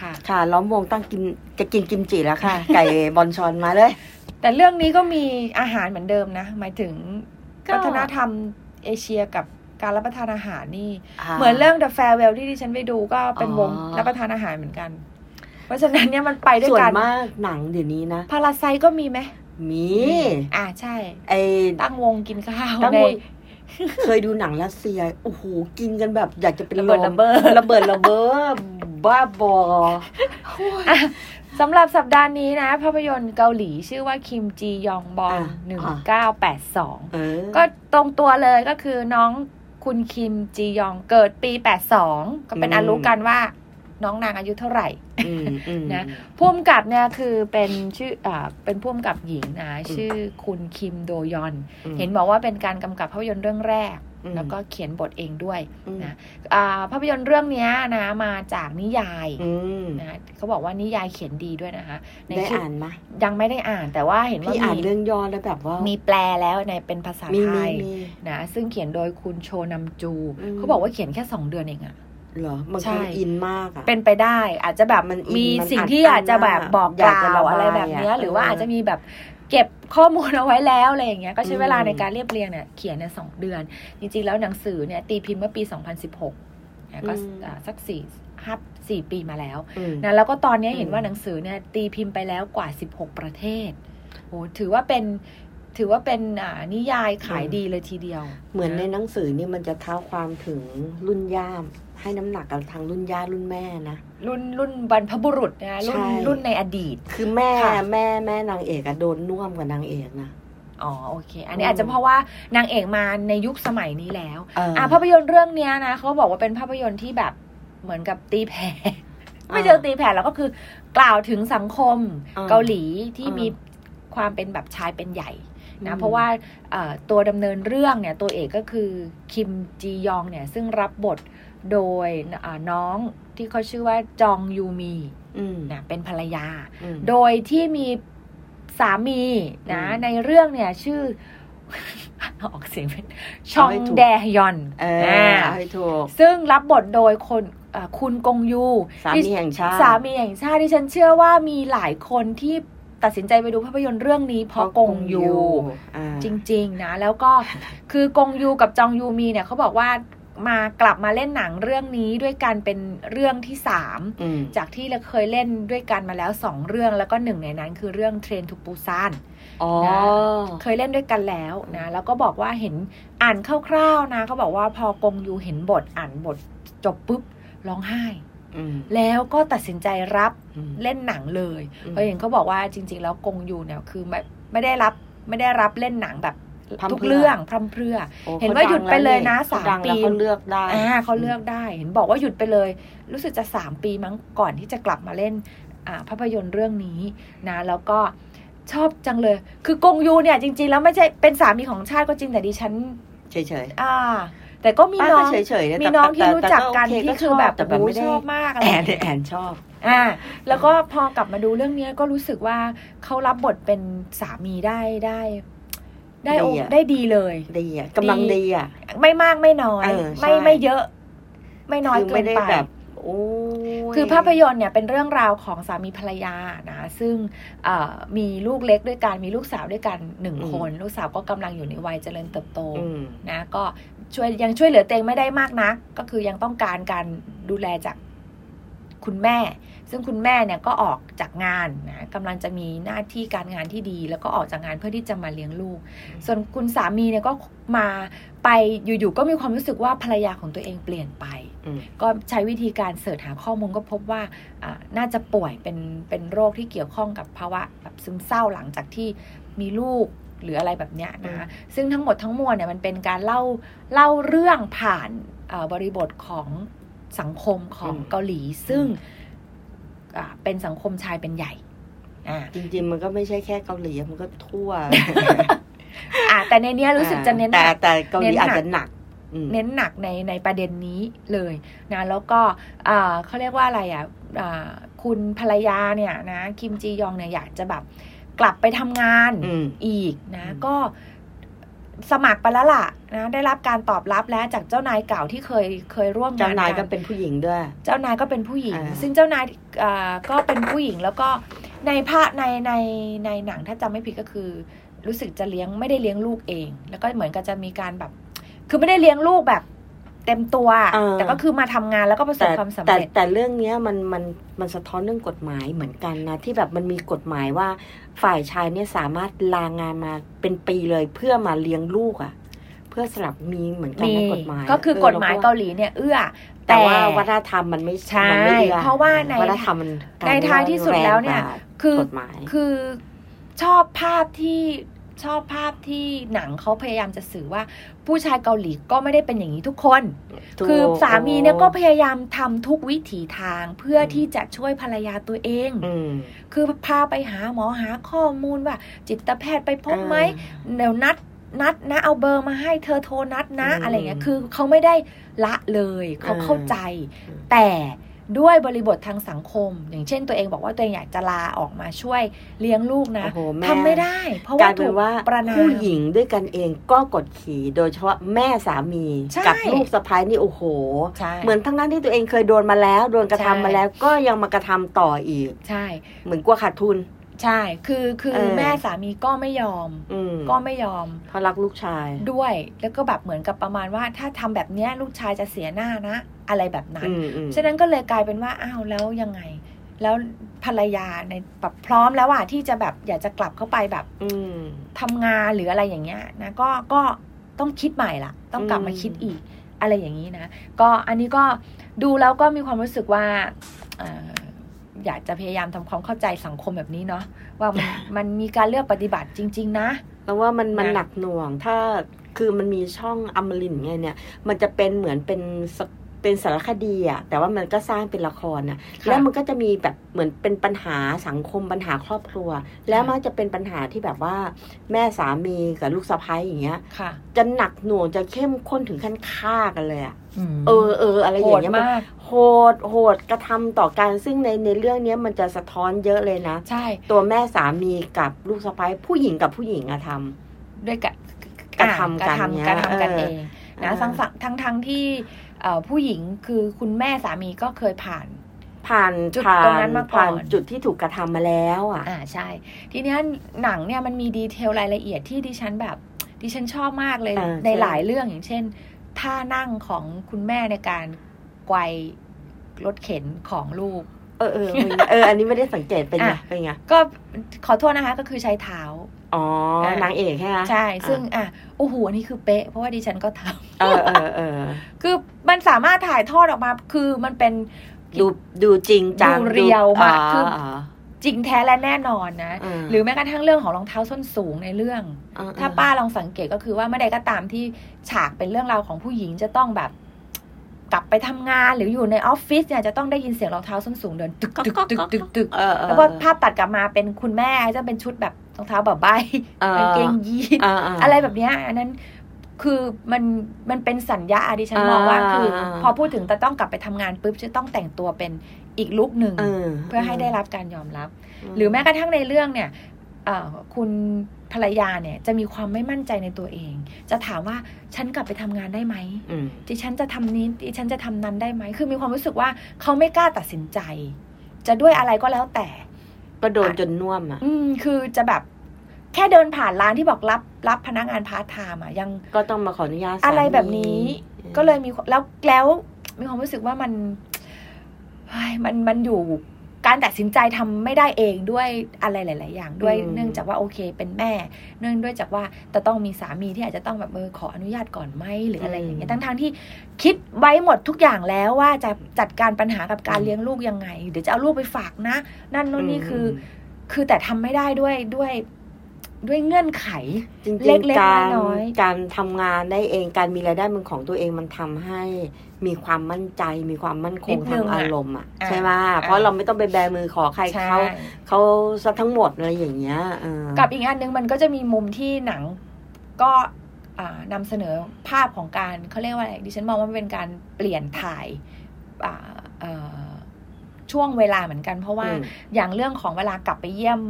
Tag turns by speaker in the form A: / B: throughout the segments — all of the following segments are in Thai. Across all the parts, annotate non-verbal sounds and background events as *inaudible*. A: ค่ะ
B: ค่ะ ล้อมวงตั้งกินจะกินกิมจิแล้ว
A: *laughs*
B: ค่ะ ไก่บอนชอนมาเลย
A: แต่เรื่องนี้ก็มีอาหารเหมือนเดิมนะ หมายถึง
B: ก็
A: วัฒนธรรมเอเชียกับการรับประทานอาหารนี่ เหมือนเรื่อง The Farewell ที่ดิฉันไปดูก็เป็นวง
B: อ๋อ
A: รับประทานอาหารเหมือนกัน เพราะฉะนั้นเนี่ยมันไปด้วย
B: ส่วน
A: กัน
B: มากหนังเดี๋ยวนี้นะ
A: พาราไซก็มีไหม
B: มี
A: อ่าใช่
B: ไอ้
A: ตั้งวงกินข้าว
B: ตั้ง
A: ใน
B: วง เคยดูหนังรัสเซียโอ้โหกินกันแบบ อยากจะเป็น
A: ระเบิด
B: ล
A: ระ
B: ม
A: เบิด
B: ระเบิดระเบ้อบ้าบอ
A: อ่ะสำหรับสัปดาห์นี้นะ ภาพยนตร์เกาหลีชื่อว่าคิมจียองบอล
B: อ่ะ
A: หนึ่งเก้าแปดสอง
B: เออ
A: ก็ตรงตัวเลยก็คือน้องคุณคิมจียองเกิดปี 82 ก็เป็น
B: อืม
A: อันรู้กันว่าน้องนางอายุเท่าไหร่
B: อืมอืม
A: นะ พุ่มกับเนี่ยคือเป็นชื่ออาเป็นพุ่มกับหญิงนะ
B: อืม
A: ชื่อคุณคิมโดยอน
B: อืม
A: เห็นบอกว่าเป็นการกำกับภาพยนตร์เรื่องแรก
B: อืม
A: แล้วก็เขียนบทเองด้วย
B: อืม
A: นะอ่าภาพยนตร์เรื่องเนี้ยนะมาจากนิยาย
B: อืม
A: นะเขาบอกว่านิยายเขียนดีด้วยนะคะใน
B: ได้
A: ชื่
B: อ่านมะ
A: ยังไม่ได้อ่านแต่ว่าเห็นว่า
B: พี่อ่าน
A: มี
B: เรื่องย่อแล้วแบบว่ามี
A: มีแปลแล้วในเป็นภาษา
B: มี
A: ไท
B: มี
A: ย
B: มี
A: นะซึ่งเขียนโดยคุณโชนัมจู
B: อืม
A: เขาบอกว่าเขียนแค่ 2 เดือนเองอะ
B: เหรอมัน
A: ใช่
B: คืออินมากอะ
A: เป็นไปได้อาจจะแบบ
B: มันอิน
A: มี
B: มัน
A: สิ่ง
B: อัด
A: ที่
B: อั้น
A: อาจจะแบบ
B: มาก
A: บอก
B: อยาก
A: ก
B: จะ
A: ล่าวอะไร
B: ระบาย
A: แบบเนี้ย
B: อะ
A: หรือว่า
B: เอออ
A: อาจจะมีแบบเก็บข้อมูลเอาไว้แล้วอะไรอย่างเงี้ยก็ใช้เวลา
B: อืม
A: ในการเรียบเรียงเนี่ยเขียนเนี่ยสองเดือน จริงๆแล้วหนังสือเนี่ยตีพิมพ์เมื่อปี 2016นะก็อ่าสักสี่ห้าสี่ปีมาแล้ว
B: อืม
A: นะแล้วก็ตอนเนี้ย
B: อืม
A: เห็นว่าหนังสือเนี่ยตีพิมพ์ไปแล้วกว่า 16 ประเทศโอ้ถือว่าเป็นถือว่าเป็นอ่านิยายขายดีเลยทีเดียว
B: เหมือนในะ หนังสือนี่มันจะเท้าความถึงรุ่นย่าม ให้น้ำหนักกับทางรุ่นย่ารุ่นแม่นะ
A: รุ่นรุ่นบรรพบุรุษนะรุ่น
B: ใช่
A: รุ่นในอดีต
B: คือแม่
A: ค่ะ
B: แม่แม่นางเอกอะโดนน่วมกับนางเอกนะ
A: อ๋อโอเค อัน
B: อื
A: นี้
B: ม
A: อาจจะเพราะว่านางเอกมาในยุคสมัยนี้แล้ว
B: เอออ
A: อ่ะภาพยนตร์เรื่องเนี้ยนะเขาบอกว่าเป็นภาพยนตร์ที่แบบเหมือนกับตีแผ่ *laughs*
B: อ่า
A: ไม่เจอตีแผ่แล้วก็คือกล่าวถึงสังคม
B: อ่า
A: เกาหลีที่
B: อ่ามี
A: มีความเป็นแบบชายเป็นใหญ่
B: อื
A: นะ
B: ม
A: เพราะว่าเอ่อตัวดำเนินเรื่องเนี่ยตัวเอกก็คือคิมจียองเนี่ยซึ่งรับบทโดยอ่าน้องที่เขาชื่อว่าจองยูมี
B: อืม
A: นะเป็นภรรยา
B: อืม
A: โดยที่มีสามีนะ
B: อืม
A: ในเรื่องเนี่ยชื่อ *laughs* ออกเสียงเป็นชอง
B: เอาให้ถูก
A: แดยอน
B: เออ
A: นะ
B: เอาให้ถูก
A: ซึ่งรับบทโดยคนเอ่อคุณกงยู
B: สามีแห่งชาติ
A: สามีแห่งชาติที่ฉันเชื่อว่ามีหลายคนที่ตัดสินใจไปดูภาพยนตร์เรื่องนี้เพราะกงยู
B: อ่า
A: จริงๆนะ แล้วก็ *laughs* คือกงยูกับจองยูมีเนี่ยเขาบอกว่ามากลับมาเล่นหนังเรื่องนี้ด้วยกันเป็นเรื่องที่สาม
B: อืม
A: จากที่เราเคยเล่นด้วยกันมาแล้ว 2 เรื่องแล้วก็หนึ่งในนั้นคือเรื่องเทรนทูปูซาน
B: อ๋อ
A: นะ เคยเล่นด้วยกันแล้วนะแล้วก็บอกว่าเห็นอ่านคร่าวๆนะเขาบอกว่าพอกงยูเห็นบทอ่านบทจบปุ๊บร้องไห้
B: อืม
A: แล้วก็ตัดสินใจรับ
B: อืม
A: เล่นหนังเลย
B: อืม
A: เพราะเห็นเขาบอกว่าจริง ๆ แล้วกงยูเนี่ยคือไม่ไม่ได้รับไม่ได้รับเล่นหนังแบบทุกเรื่องพร่ำเพรื่อ
B: โอ้
A: เห็นว่าหยุดไปเลยนะ
B: ข
A: สาม
B: ดังแล้ว
A: ปี
B: เขาเลือกได้
A: อ่าเขาเลือกได้เห็นบอกว่าหยุดไปเลย รู้สึกจะสามปีมั้งก่อนที่จะกลับมาเล่นอ่าภาพยนตร์เรื่องนี้นะแล้วก็ชอบจังเลย คือกงยูเนี่ยจริง ๆ แล้วไม่ใช่เป็นสามีของชาติก็จริงแต่ดิฉัน
B: เฉยๆ
A: อ่า แต่ก็มี
B: ป้า
A: น้
B: ก็
A: อง
B: เฉยๆนะ
A: มีน้องที่
B: แต่
A: รู้จักกัน
B: แต่โเ
A: ที่คือแบบ
B: แต่แบบ
A: โอ้
B: ไม่ได้
A: ชอบมากอะไร
B: แอนแอนชอบ
A: อ่าแล้วก็พอกลับมาดูเรื่องเนี้ยก็รู้สึกว่าเขารับบทเป็นสามีได้ได้ ได้โอ
B: ดีอะ
A: ได้ดีเลย
B: ดีอ่ะกำลัง
A: ดี
B: ดีอ่ะ
A: ไม่มากไม่น้อย
B: เออใช่
A: ไม่ไม่เยอะ ไม่น้อย
B: คื
A: เกิ
B: ไม่
A: น
B: ได้
A: ไป
B: แบบโอ้ย
A: คือภาพยนตร์เนี่ยเป็นเรื่องราวของสามีภรรยานะซึ่งเอ่อมีลูกเล็กด้วยกันมีลูกสาวด้วยกันหนึ่ง
B: อืม
A: คน ลูกสาวก็กำลังอยู่ในวัยเจริญเติบโต
B: อืม
A: นะก็ช่วยยังช่วยเหลือเตวเองไม่ได้มากนะัก ก็คือยังต้องการการดูแลจากคุณแม่ ซึ่งคุณแม่เนี่ยก็ออกจากงานนะกำลังจะมีหน้าที่การงานที่ดี แล้วก็ออกจากงานเพื่อที่จะมาเลี้ยงลูก ส่วนคุณสามีเนี่ยก็มาไปอยู่ๆก็มีความรู้สึกว่าภรรยาของตัวเองเปลี่ยนไป
B: อืม
A: ก็ใช้วิธีการเสิร์ชหาข้อมูลก็พบว่าอ่าน่าจะป่วยเป็นเป็นโรคที่เกี่ยวข้องกับภาวะแบบซึมเศร้าหลังจากที่มีลูกหรืออะไรแบบเนี้ยนะคะซึ่งทั้งหมดทั้งมวลเนี่ยมันเป็นการเล่าเล่าเรื่องผ่านเอ่อบริบทของสังคมของ
B: อืม
A: เกาหลี ซึ่งอ่าเป็นสังคมชายเป็นใหญ่อ่า
B: จริงๆ มันก็ไม่ใช่แค่เกาหลีมันก็ทั่ว
A: อ่าแต่ในเนี้ย *laughs* รู้สึกจะเน้นห
B: แต่
A: นัก
B: แต่เกาหลี
A: เน้นหนัก
B: อาจจะหนักอืม
A: เน้นหนักในในประเด็นนี้เลยนะแล้วก็อ่าเขาเรียกว่าอะไรอ่ะอ่าคุณภรรยาเนี่ยนะคิมจียองเนี่ยอยากจะแบบกลับไปทำงาน
B: อืม
A: อีกนะ
B: อืม
A: ก็ สมัครไปแล้วล่ะนะได้รับการตอบรับแล้วจากเจ้านายเก่าที่เคยเคยร่วมงา
B: เจ้านนาย
A: กั
B: ก็
A: น
B: เป็นผู้หญิงด้วย
A: เจ้านายก็เป็นผู้หญิง
B: อ่า
A: ซึ่งเจ้านายอ่าก็เป็นผู้หญิงแล้วก็ในภาพในในในหนังถ้าจำไม่ผิดก็คือ รู้สึกจะเลี้ยงไม่ได้เลี้ยงลูกเอง แล้วก็เหมือนกับจะมีการแบบ คือไม่ได้เลี้ยงลูกแบบ เต็มตัว
B: เออ
A: แต่ก็คือมาทำงานแล้วก็ประสบ
B: แต่
A: ความสำ
B: แต่
A: เร็จ
B: แต่เรื่องเนี้ยมันมันมันสะท้อนเรื่องกฎหมายเหมือนกันนะที่แบบมันมีกฎหมายว่าฝ่ายชายเนี่ยสามารถลางานมาเป็นปีเลยเพื่อมาเลี้ยงลูกอะ่ะ เพื่อสลับมีเหมือนกัน
A: มี
B: นะกฎหมาย
A: ก็คือกฎหมาย
B: เออ
A: เกาหลีเนี่ย เอื้อ
B: แต่ว่าวัฒนธรรมมันไม่
A: ใช่
B: มันไม่อื้อ
A: เพราะว่าใน
B: วัฒนธรรมมันกล
A: ใน
B: เป็
A: ท้ายที่สุดแล้วเนี่ย
B: รงกา
A: คือก
B: ฎหมาย
A: คือชอบภาพที่ชอบภาพที่หนังเขาพยายามจะสื่อว่า ผู้ชายเกาหลีก็ไม่ได้เป็นอย่างนี้ทุกคน
B: ถูก
A: คือสามีเนี่ยก็พยายามทำทุกวิถีทางเพื่ออ
B: ม
A: ที่จะช่วยภรรยาตัวเอง
B: อืม
A: คือพาไปหาหมอหาข้อมูลว่า จิตแพทย์ไปพบไหม
B: อ่า
A: เดี๋ยวนัดนัดนะเอาเบอร์มาให้เธอโทรนัดนะ
B: อืม
A: อะไรเงี้ยคือเขาไม่ได้ละเลยเขา
B: อ่า
A: เข้าใจ
B: อืม
A: แต่ด้วยบริบททางสังคม อย่างเช่นตัวเองบอกว่าตัวเองอยากจะลาออกมาช่วยเลี้ยงลูกนะ
B: โอ้โหแ
A: ทำไม่ได้ เพราะ
B: ก
A: ว่า
B: ลายเป็
A: ถู
B: น
A: ก
B: ว่า
A: ประนาม
B: ผู้หญิงด้วยกันเองก็กดขี่โดยเฉพาะแม่สามี
A: ใช่
B: กับลูกสะพ้ายนี่โอ้โห
A: ใช่
B: เหมือนทั้งนั้นที่ตัวเองเคยโดนมาแล้ว โดนกระทำ
A: ใช่
B: มาแล้วก็ยังมากระทำต่ออีก
A: ใช่
B: เหมือนกลัวขาดทุน
A: ใช่ คือคือ
B: เออ
A: แม่สามีก็ไม่ยอม
B: อืม
A: ก็ไม่ยอม
B: เพราะรักลูกชาย
A: ด้วยแล้วก็แบบเหมือนกับประมาณว่าถ้าทำแบบเนี้ยลูกชายจะเสียหน้านะ อะไรแบบนั้น
B: อืมอืม
A: ฉะนั้นก็เลยกลายเป็นว่าอ้าวแล้วยังไง แล้วภรรยาในแบบพร้อมแล้วอ่ะที่จะแบบอยากจะกลับเข้าไปแบบ
B: อืม
A: ทำงานหรืออะไรอย่างเงี้ยนะก็ก็ต้องคิดใหม่ละต้องกลับมา
B: อืม
A: คิดอีกอะไรอย่างนี้นะ ก็อันนี้ก็ดูแล้วก็มีความรู้สึกว่าเอ่ออยากจะพยายามทำความเข้าใจสังคมแบบนี้เนาะว่ามันมันมีการเลือกปฏิบัติจริง ๆ นะ
B: แล้วว่ามันมัน
A: นะ
B: หนักหน่วง ถ้าคือมันมีช่องอมรินทร์ไงเนี่ย มันจะเป็นเหมือนเป็นสเป็นสารคดีอะแต่ว่ามันก็สร้างเป็นละครนะ แล้วมันก็จะมีแบบเหมือนเป็นปัญหาสังคมปัญหาครอบครัว แล้วมักจะเป็นปัญหาที่แบบว่า แม่สามีกับลูกสะพ้ายอย่างเงี้ย
A: ค่ะ
B: จะหนักหน่วงจะเข้มข้นถึงขั้นฆ่ากันเลยอะ
A: ม
B: เออเอออะไรอ
A: โห
B: ย่า
A: ด
B: งเงี้ยมัน
A: มาก
B: โหดโหดกระทำต่อกันซึ่งในในเรื่องเนี้ยมันจะสะท้อนเยอะเลยนะ
A: ใช่
B: ตัวแม่สามีกับลูกสะพ้ายผู้หญิงกับผู้หญิงอะท
A: ด้วยกัน
B: กระทำกัน
A: อ่าก
B: เนี่ย
A: ระทำการทำกัน
B: เออ
A: เอง
B: ำ
A: นะ
B: อ่า
A: ทั้งๆทั้งทั้งที่เอ่อผู้หญิงคือคุณแม่สามีก็เคยผ่าน
B: ผ่าน
A: จุด
B: ผ่
A: ตรงนั้นมาก่อน
B: ผ่านจุดที่ถูกกระทำมาแล้วอะ
A: อ่าใช่ ทีเนี้ยหนังเนี่ยมันมีดีเทลรายละเอียดที่ดิฉันแบบ ดิฉันชอบมากเลย
B: อ่า
A: ในหลายเรื่องอย่างเช่นท่านั่งของคุณแม่ในการไกวรถเข็นของลูก
B: เออเออเป็นไงเอออันนี้ไม่ได้สังเกตเป็นไง
A: อ่ะ
B: เป็นไง
A: ก็ขอโทษนะคะก็คือใช้เท้า
B: อ๋อ
A: อ่ะ
B: นางเอกใช่ไหม
A: ใช่ ซึ่งอ่ะโอ้โหอันนี้คือเป๊ะ เพราะว่าดิฉันก็ทำ
B: เออเออเออ
A: คือมันสามารถถ่ายทอดออกมา คือมันเป็น
B: ดูดูจริงจัง
A: ดูเรียวมากคือ
B: า
A: จริงแท้และแน่นอนนะ
B: า
A: หรือแม้กระทั่งเรื่องของรองเท้าส้นสูงในเรื่อง
B: อ่
A: ถ้าป้าลองสังเกตก็คือว่าเมื่อใดก็ตามที่ฉากเป็นเรื่องราวของผู้หญิงจะต้องแบบ กลับไปทำงานหรืออยู่ในออฟฟิศเนี่ยจะต้องได้ยินเสียงรองเท้าส้นสูงเดินตึกตึกตึกตึกตึก
B: เออเออ
A: แล้วก็ภาพตัดกลับมาเป็นคุณแม่จะเป็นชุดแบบรองเท้าแบบใบ
B: ออก
A: างเกงยีน
B: าา
A: อะไรแบบเนี้ยอันนั้นคือมันมันเป็นสัญญาอะดิฉัน
B: อ่าม
A: องว่าคืออา พอพูดถึงแต่ต้องกลับไปทำงานปุ๊บจะต้องแต่งตัวเป็นอีกลุกหนึ่ง
B: เออ
A: เพื่อให้ได้รับการยอมรับ หรือแม้กระทั่งในเรื่องเนี่ยเอ่อคุณภรรยาเนี่ยจะมีความไม่มั่นใจในตัวเอง จะถามว่าฉันกลับไปทำงานได้ไหม
B: อืม
A: ดิฉันจะทำนี้ดิฉันจะทำนั้นได้ไหมคือมีความรู้สึกว่าเขาไม่กล้าตัดสินใจ จะด้วยอะไรก็แล้วแต่
B: ก็โดนจนน่วมอ่ะ
A: อืมคือจะแบบแค่เดินผ่านร้านที่บอกรับรับพนักงานพาร์ทไทม์อ่ะยัง
B: ก็ต้องมาขออนุญาตสามี
A: อะไรแบบนี้
B: ออ
A: ก็เลยมีความแล้วแล้วมีความรู้สึกว่ามันเฮ้ยมันมันอยู่การตัดสินใจทำไม่ได้เองด้วยอะไรหลาย ๆ อย่างด้วยเนื่องจากว่าโอเคเป็นแม่ เนื่องด้วยจากว่าจะต้องมีสามีที่อาจจะต้องแบบเออขออนุญาตก่อนไหมหรืออะไรอย่างเงี้ยทั้งทงๆที่คิดไว้หมดทุกอย่างแล้วว่าจะจัดการปัญหากับการเลี้ยงลูกยังไงเดี๋ยวจะเอาลูกไปฝากนะ นั่นนู่นนี่คือ คือแต่ทำไม่ได้ด้วยด้วยด้วยเงื่อนไข
B: จริง
A: เล็ก
B: ๆ
A: ๆ
B: การ
A: น้อยๆ
B: การทำงานได้เองการมีรายได้มันของตัวเองมันทำให้มีความมั่นใจ มีความมั่นคง
A: นิดนึ
B: ทา
A: งอะ
B: งงอารมณ์อ่ะ
A: อ่ะ
B: ใช่ไหม
A: อ่ะ
B: เพราะเราไม่ต้องไปแบมือขอใคร
A: ใช่
B: เขาเขาซะทั้งหมดอะไรอย่างเงี้ยเออ
A: กับอีกอันหนึงมันก็จะมีมุมที่หนังก็อ่านำเสนอภาพของการเขาเรียกว่าอะไรดิฉันมองว่ามันเป็นการเปลี่ยนถ่ายอ่าเอ่อช่วงเวลาเหมือนกัน เพราะว่า
B: อืม
A: อย่างเรื่องของเวลากลับไปเยี่ยม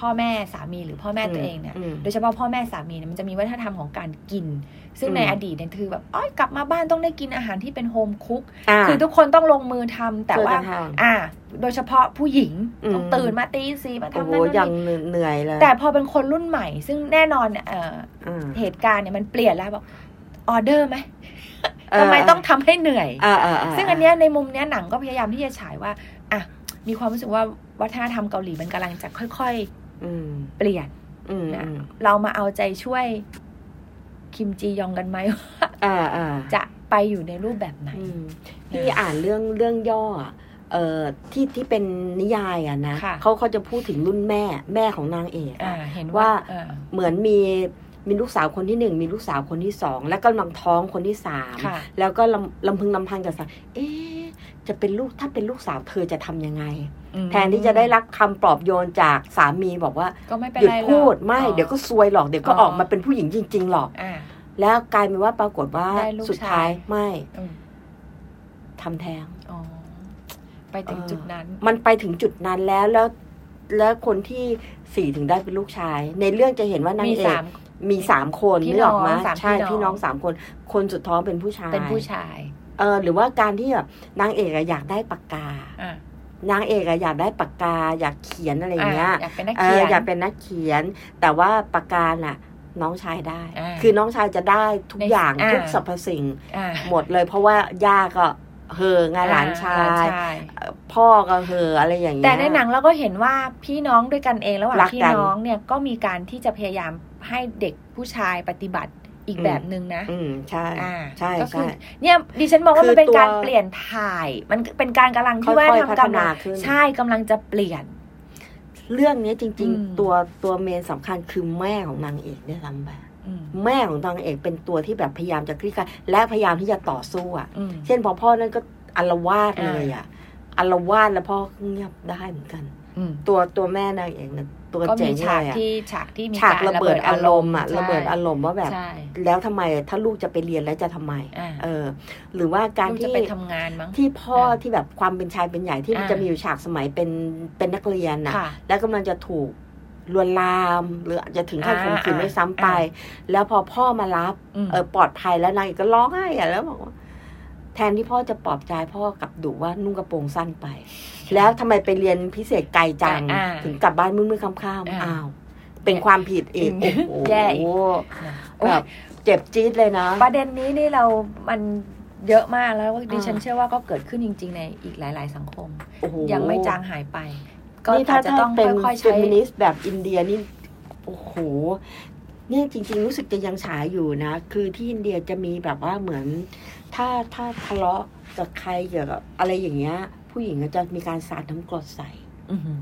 A: พ่อแม่สามีหรือพ่อแม่ตัวเองเนี่ย
B: ม
A: โดยเฉพาะพ่อแม่สามีเนี่ยมันจะมีวัฒนธรรมของการกิน ซึ่ง
B: อืม
A: ในอดีตเนี่ยคือแบบอ้อยกลับมาบ้านต้องได้กินอาหารที่เป็นโฮมคุก
B: อ่า
A: คือทุกคนต้องลงมือทำแต่ว่า
B: เจอกันทง
A: อ่า โดยเฉพาะผู้หญิง
B: อืม
A: ต้องตื่นมาตีสีมา
B: โอ้
A: ทำ
B: โห
A: นั่น
B: ยั
A: นั่
B: ง
A: นนี่
B: เหนื่อยเลย
A: แต่พอเป็นคนรุ่นใหม่ ซึ่งแน่นอนเนี่ยเอ่อ
B: อ่า
A: เหตุการณ์เนี่ยมันเปลี่ยนแล้วบอกออเดอร์ไหม
B: เ
A: ทำไมต้องทำให้เหนื่อย
B: อ่าอ่าา
A: ซึ่งอันเนี้ยในมุมเนี้ยหนังก็พยายามที่จะฉายว่าอ่ะมีความรู้สึกว่าวัฒนธรรมเกาหลีมันกำลังจะค่อย
B: อืม
A: ๆ เปลี่ยน
B: อืม
A: นะ
B: อืม
A: เรามาเอาใจช่วยคิมจียองกันไหม *laughs* ว่า
B: อ่าอ่า
A: จะไปอยู่ในรูปแบบไหน
B: อืมพี่อ่านเรื่องเรื่องย่ออะเอ่อที่ที่เป็นนิยายอะนะ
A: ค่ะ
B: เขาเขาจะพูดถึงรุ่นแม่แม่ของนางเอก
A: อ่า
B: อะ
A: เห็น
B: ว่า
A: ว่าเออ
B: เหมือนมีมีลูกสาวคนที่หนึ่งมีลูกสาวคนที่สองและกำลังท้องคนที่สาม
A: ค่ะ
B: แล้วก็ลำลำพึงลำพันกับสาวเอ๊ะจะเป็นลูกถ้าเป็นลูกสาวเธอจะทำยังไง
A: อืม
B: แทนที่จะได้รับคำปลอบโยนจากสามีบอกว่า
A: ก็ไม่เป็น
B: หยุด
A: ไรหรอก
B: พูดไม่
A: อ๋อ
B: เดี๋ยวก็ซวยหรอกเดี๋ยวก็
A: อ๋อ
B: ออกมาเป็นผู้หญิงจริง ๆ หรอก
A: อ่า
B: แล้วกลายเป็นว่าปรากฏว่า
A: ได้ลูก
B: สุดท้าย
A: ชาย
B: ไม่
A: อืม
B: ทำแท้ง
A: อ๋อไปถึง
B: เออ
A: จุดนั้น
B: มันไปถึงจุดนั้นแล้วแล้ว แล้วคนที่สี่ถึงได้เป็นลูกชาย ในเรื่องจะเห็นว่านาง
A: มี
B: เอก
A: สาม
B: มีสามคน
A: พี่
B: นึกออกมา
A: น้องสาม
B: ใช่
A: พี่น้อง
B: พี่น้องสามคน คนสุดท้องเป็นผู้ชาย
A: เป็นผู้ชาย
B: เออหรือว่าการที่แบบนางเอกอะอยากได้ปากกา
A: อ่าน
B: างเอกอะอยากได้ปากกา อยากเขียนอะไรอย่างเงี้ย
A: อยากเป็นนัก
B: เอ
A: เขี
B: อย
A: น
B: อยากเป็นนักเขียน แต่ว่าปากกาน่ะ น้องชายได้
A: อ่า
B: คือน้องชายจะได้ทุก
A: ใน
B: อย่าง
A: อ่า
B: ทุกสรรพสิ่ง
A: อ่า
B: หมดเลย เพราะว่าย่าก็เฮองานหลานชา
A: อ่
B: ย
A: หลนชาย
B: พ่อก็เฮออะไรอย่างเงี้ย
A: แต่ในหนังเราก็เห็นว่าพี่น้องด้วยกันเองระหว่าง
B: รักกัน
A: พี่น้องเนี่ยก็มีการที่จะพยายามให้เด็กผู้ชายปฏิบัติอีก
B: อืม
A: แบบหนึ่งนะ
B: อืมใช่
A: อ่า
B: ใช่
A: ก็คื
B: ใช่
A: อเนี่ยดิฉันมองว่า
B: คือ
A: มันเป็นการ
B: ตัว
A: เปลี่ยนถ่าย มันเป็นการกำลัง
B: ค่
A: ที่ว่า
B: อยๆพั
A: ทำ
B: ฒ
A: กำลั
B: นาง ขึ้น
A: ใช่กำลังจะเปลี่ยน
B: เรื่องนี้จริง
A: อืม
B: ๆ ตัวตัวเมนสำคัญคือแม่ของนางเอกด้วยซ้ำไป
A: อืม
B: แม่ของนางเอกเป็นตัวที่แบบพยายามจะคลี่คลายและพยายามที่จะต่อสู้อ่ะ
A: อืม
B: เช่นพอพ่อนั่นก็อารวาสเลยอ่ะอารวาสแล้วพ่อเงียบได้เหมือนกัน
A: อืม
B: ตัวตัวแม่นางเอกเนี่ยตัว
A: ก็
B: เจ๋
A: มี
B: งเล
A: ฉาก
B: ยอ่ะ
A: ที่ฉากที่มี
B: ฉากระเบิดอารมณ์อ่ะ
A: ใช่
B: ระเบิดอารมณ์ว่าแบบ
A: ใช่
B: แล้วทำไมถ้าลูกจะไปเรียนแล้วจะทำไม
A: อ่า
B: เออ หรือว่าการ
A: ลูกจะ
B: ที่
A: ไปทำงานมั้ง
B: ที่พ่อ
A: อ่า
B: ที่แบบความเป็นชายเป็นใหญ่ที่มัน
A: อ่า
B: จะมีอยู่ฉากสมัยเป็นเป็นนักเรียนน่ะ
A: ค่ะ
B: แล้วกำลังจะถูกลวนลาม หรืออาจจะถึงขั้น
A: อ่า
B: ข่มขืน
A: อ่า
B: ด้วยซ้ำไป แล้วพอพ่อมารับ
A: ม
B: เออปลอดภัยแล้วนางเอกก็ร้องไห้อะแล้วบอกว่าแทนที่พ่อจะปลอบใจพ่อกลับดุว่านุ่งกระโปรงสั้นไป แล้วทำไมไปเรียนพิเศษไกลจัง
A: อ่า
B: ถึงกลับบ้านมืดมืดค่ำๆ
A: อ่า
B: อ้าว เป็นความผิดอีก
A: อื
B: โอ้
A: ม
B: โห
A: แย่อีก โอ้
B: แบ
A: ย
B: บเจ็บจี๊ดเลยนะ
A: ประเด็นนี้นี่เรามันเยอะมากแล้วดิฉัน
B: อ่า
A: เชื่อว่าก็เกิดขึ้นจริง ๆ ในอีกหลาย ๆ สังคม
B: โอ้โห
A: ยังไม่จางหายไป ก็
B: นี่
A: อา
B: ถ้า
A: จจะ
B: ถ้า
A: ต้อง
B: เป็น
A: ค่อยๆ
B: เฟ
A: ใช้
B: มินิสต์แบบอินเดียนี่โอ้โหเนี่ยจริง ๆ รู้สึกจะยังฉายอยู่นะ คือที่อินเดียจะมีแบบว่าเหมือน ถ้าถ้าทะเลาะกับใครเกี่ยวกับอะไรอย่างเงี้ย ผู้หญิงก็จะมีการสาดน้ำกรดใส่
A: อื้อหือ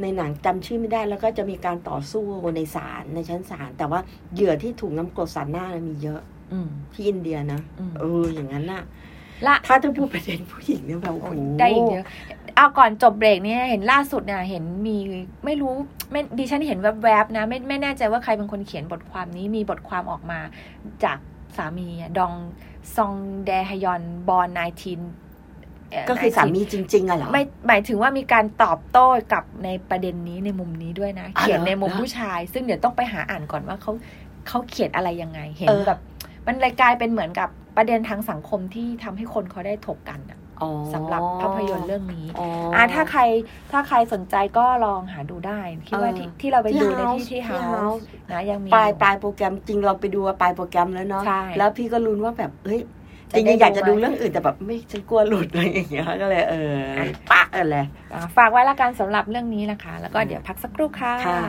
B: ในหนังจำชื่อไม่ได้แล้วก็จะมีการต่อสู้ในศาลในชั้นศาลแต่ว่าเหยื่อที่ถูกน้ำกรดสาดหน้านะมีเยอะ
A: อืม
B: ที่อินเดียนะ
A: อืม
B: เอออย่างนั้นน่ะ
A: ละ
B: ถ้าจะพูดประเด็นผู้หญิงเนี่ยแบบโอ้โห
A: ได้อีกเยอะเอาก่อนจบเบรกเนี่ยเห็นล่าสุดเนี่ยเห็นมีไม่รู้ไม่ดิฉันเห็นแวบๆนะไม่ไม่แน่ใจว่าใครเป็นคนเขียนบทความนี้มีบทความออกมาจากสามีอะดองซองแดฮยอนบอลไนทีน
B: ก็คือสามีจริง ๆอะเหรอ
A: ไม่หมายถึงว่ามีการตอบโต้กับในประเด็นนี้ในมุมนี้ด้วยนะ
B: อ่ะ
A: เขียนในมุม
B: เหรอ
A: ผู้ชาย ซึ่งเดี๋ยวต้องไปหาอ่านก่อนว่าเขาเขาเขียนอะไรยังไง เห็น
B: เออ
A: แบบ มันเลยกลายเป็นเหมือนกับประเด็นทางสังคมที่ทำให้คนเขาได้ถกกันน่ะ
B: อ๋อ
A: สำหรับภาพยนตร์เรื่องนี้
B: อ๋ออ่
A: อ่าถ้าใครถ้าใครสนใจก็ลองหาดูได้คิดว่า
B: เออ
A: ที่ที่เราไปดูในที่ที่
B: House
A: เฮาส์
B: ที่ House
A: นะยังมี
B: ปลายปลายโปรแกรมจริงเราไปดูว่าปลายโปรแกรมแล้วเนาะ
A: ใช่
B: แล้วพี่ก็ลุ้นว่าแบบเฮ้ยจ
A: จะได้
B: ริงๆอยากจะดู
A: ดูไหม
B: เรื่องอื่นแต่แบบไม่ฉันกลัวหลุดอะไรอย่างเงี้ยก็เลยเออปะกันเลย
A: อ่าฝากไว้ละกันสำหรับเรื่องนี้นะคะ แล้วก็เดี๋ยวพักสักครู่ค่ะ
B: ค่ะ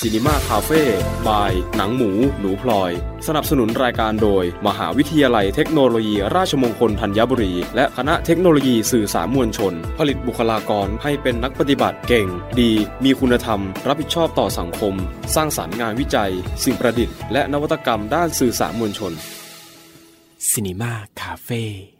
C: ซีนีมาคาเฟ่บาย หนังหมู หนูพลอย สนับสนุนรายการโดย มหาวิทยาลัยเทคโนโลยี ราชมงคลธัญบุรี และคณะเทคโนโลยีสื่อสารมวลชน ผลิตบุคลากรให้เป็นนักปฏิบัติเก่ง ดี มีคุณธรรม รับผิดชอบต่อสังคม สร้างสารรค์งานวิจัย สิ่งประดิษฐ์และนวัตกรรมด้านสื่อสารมวลชน
D: Cinema Cafe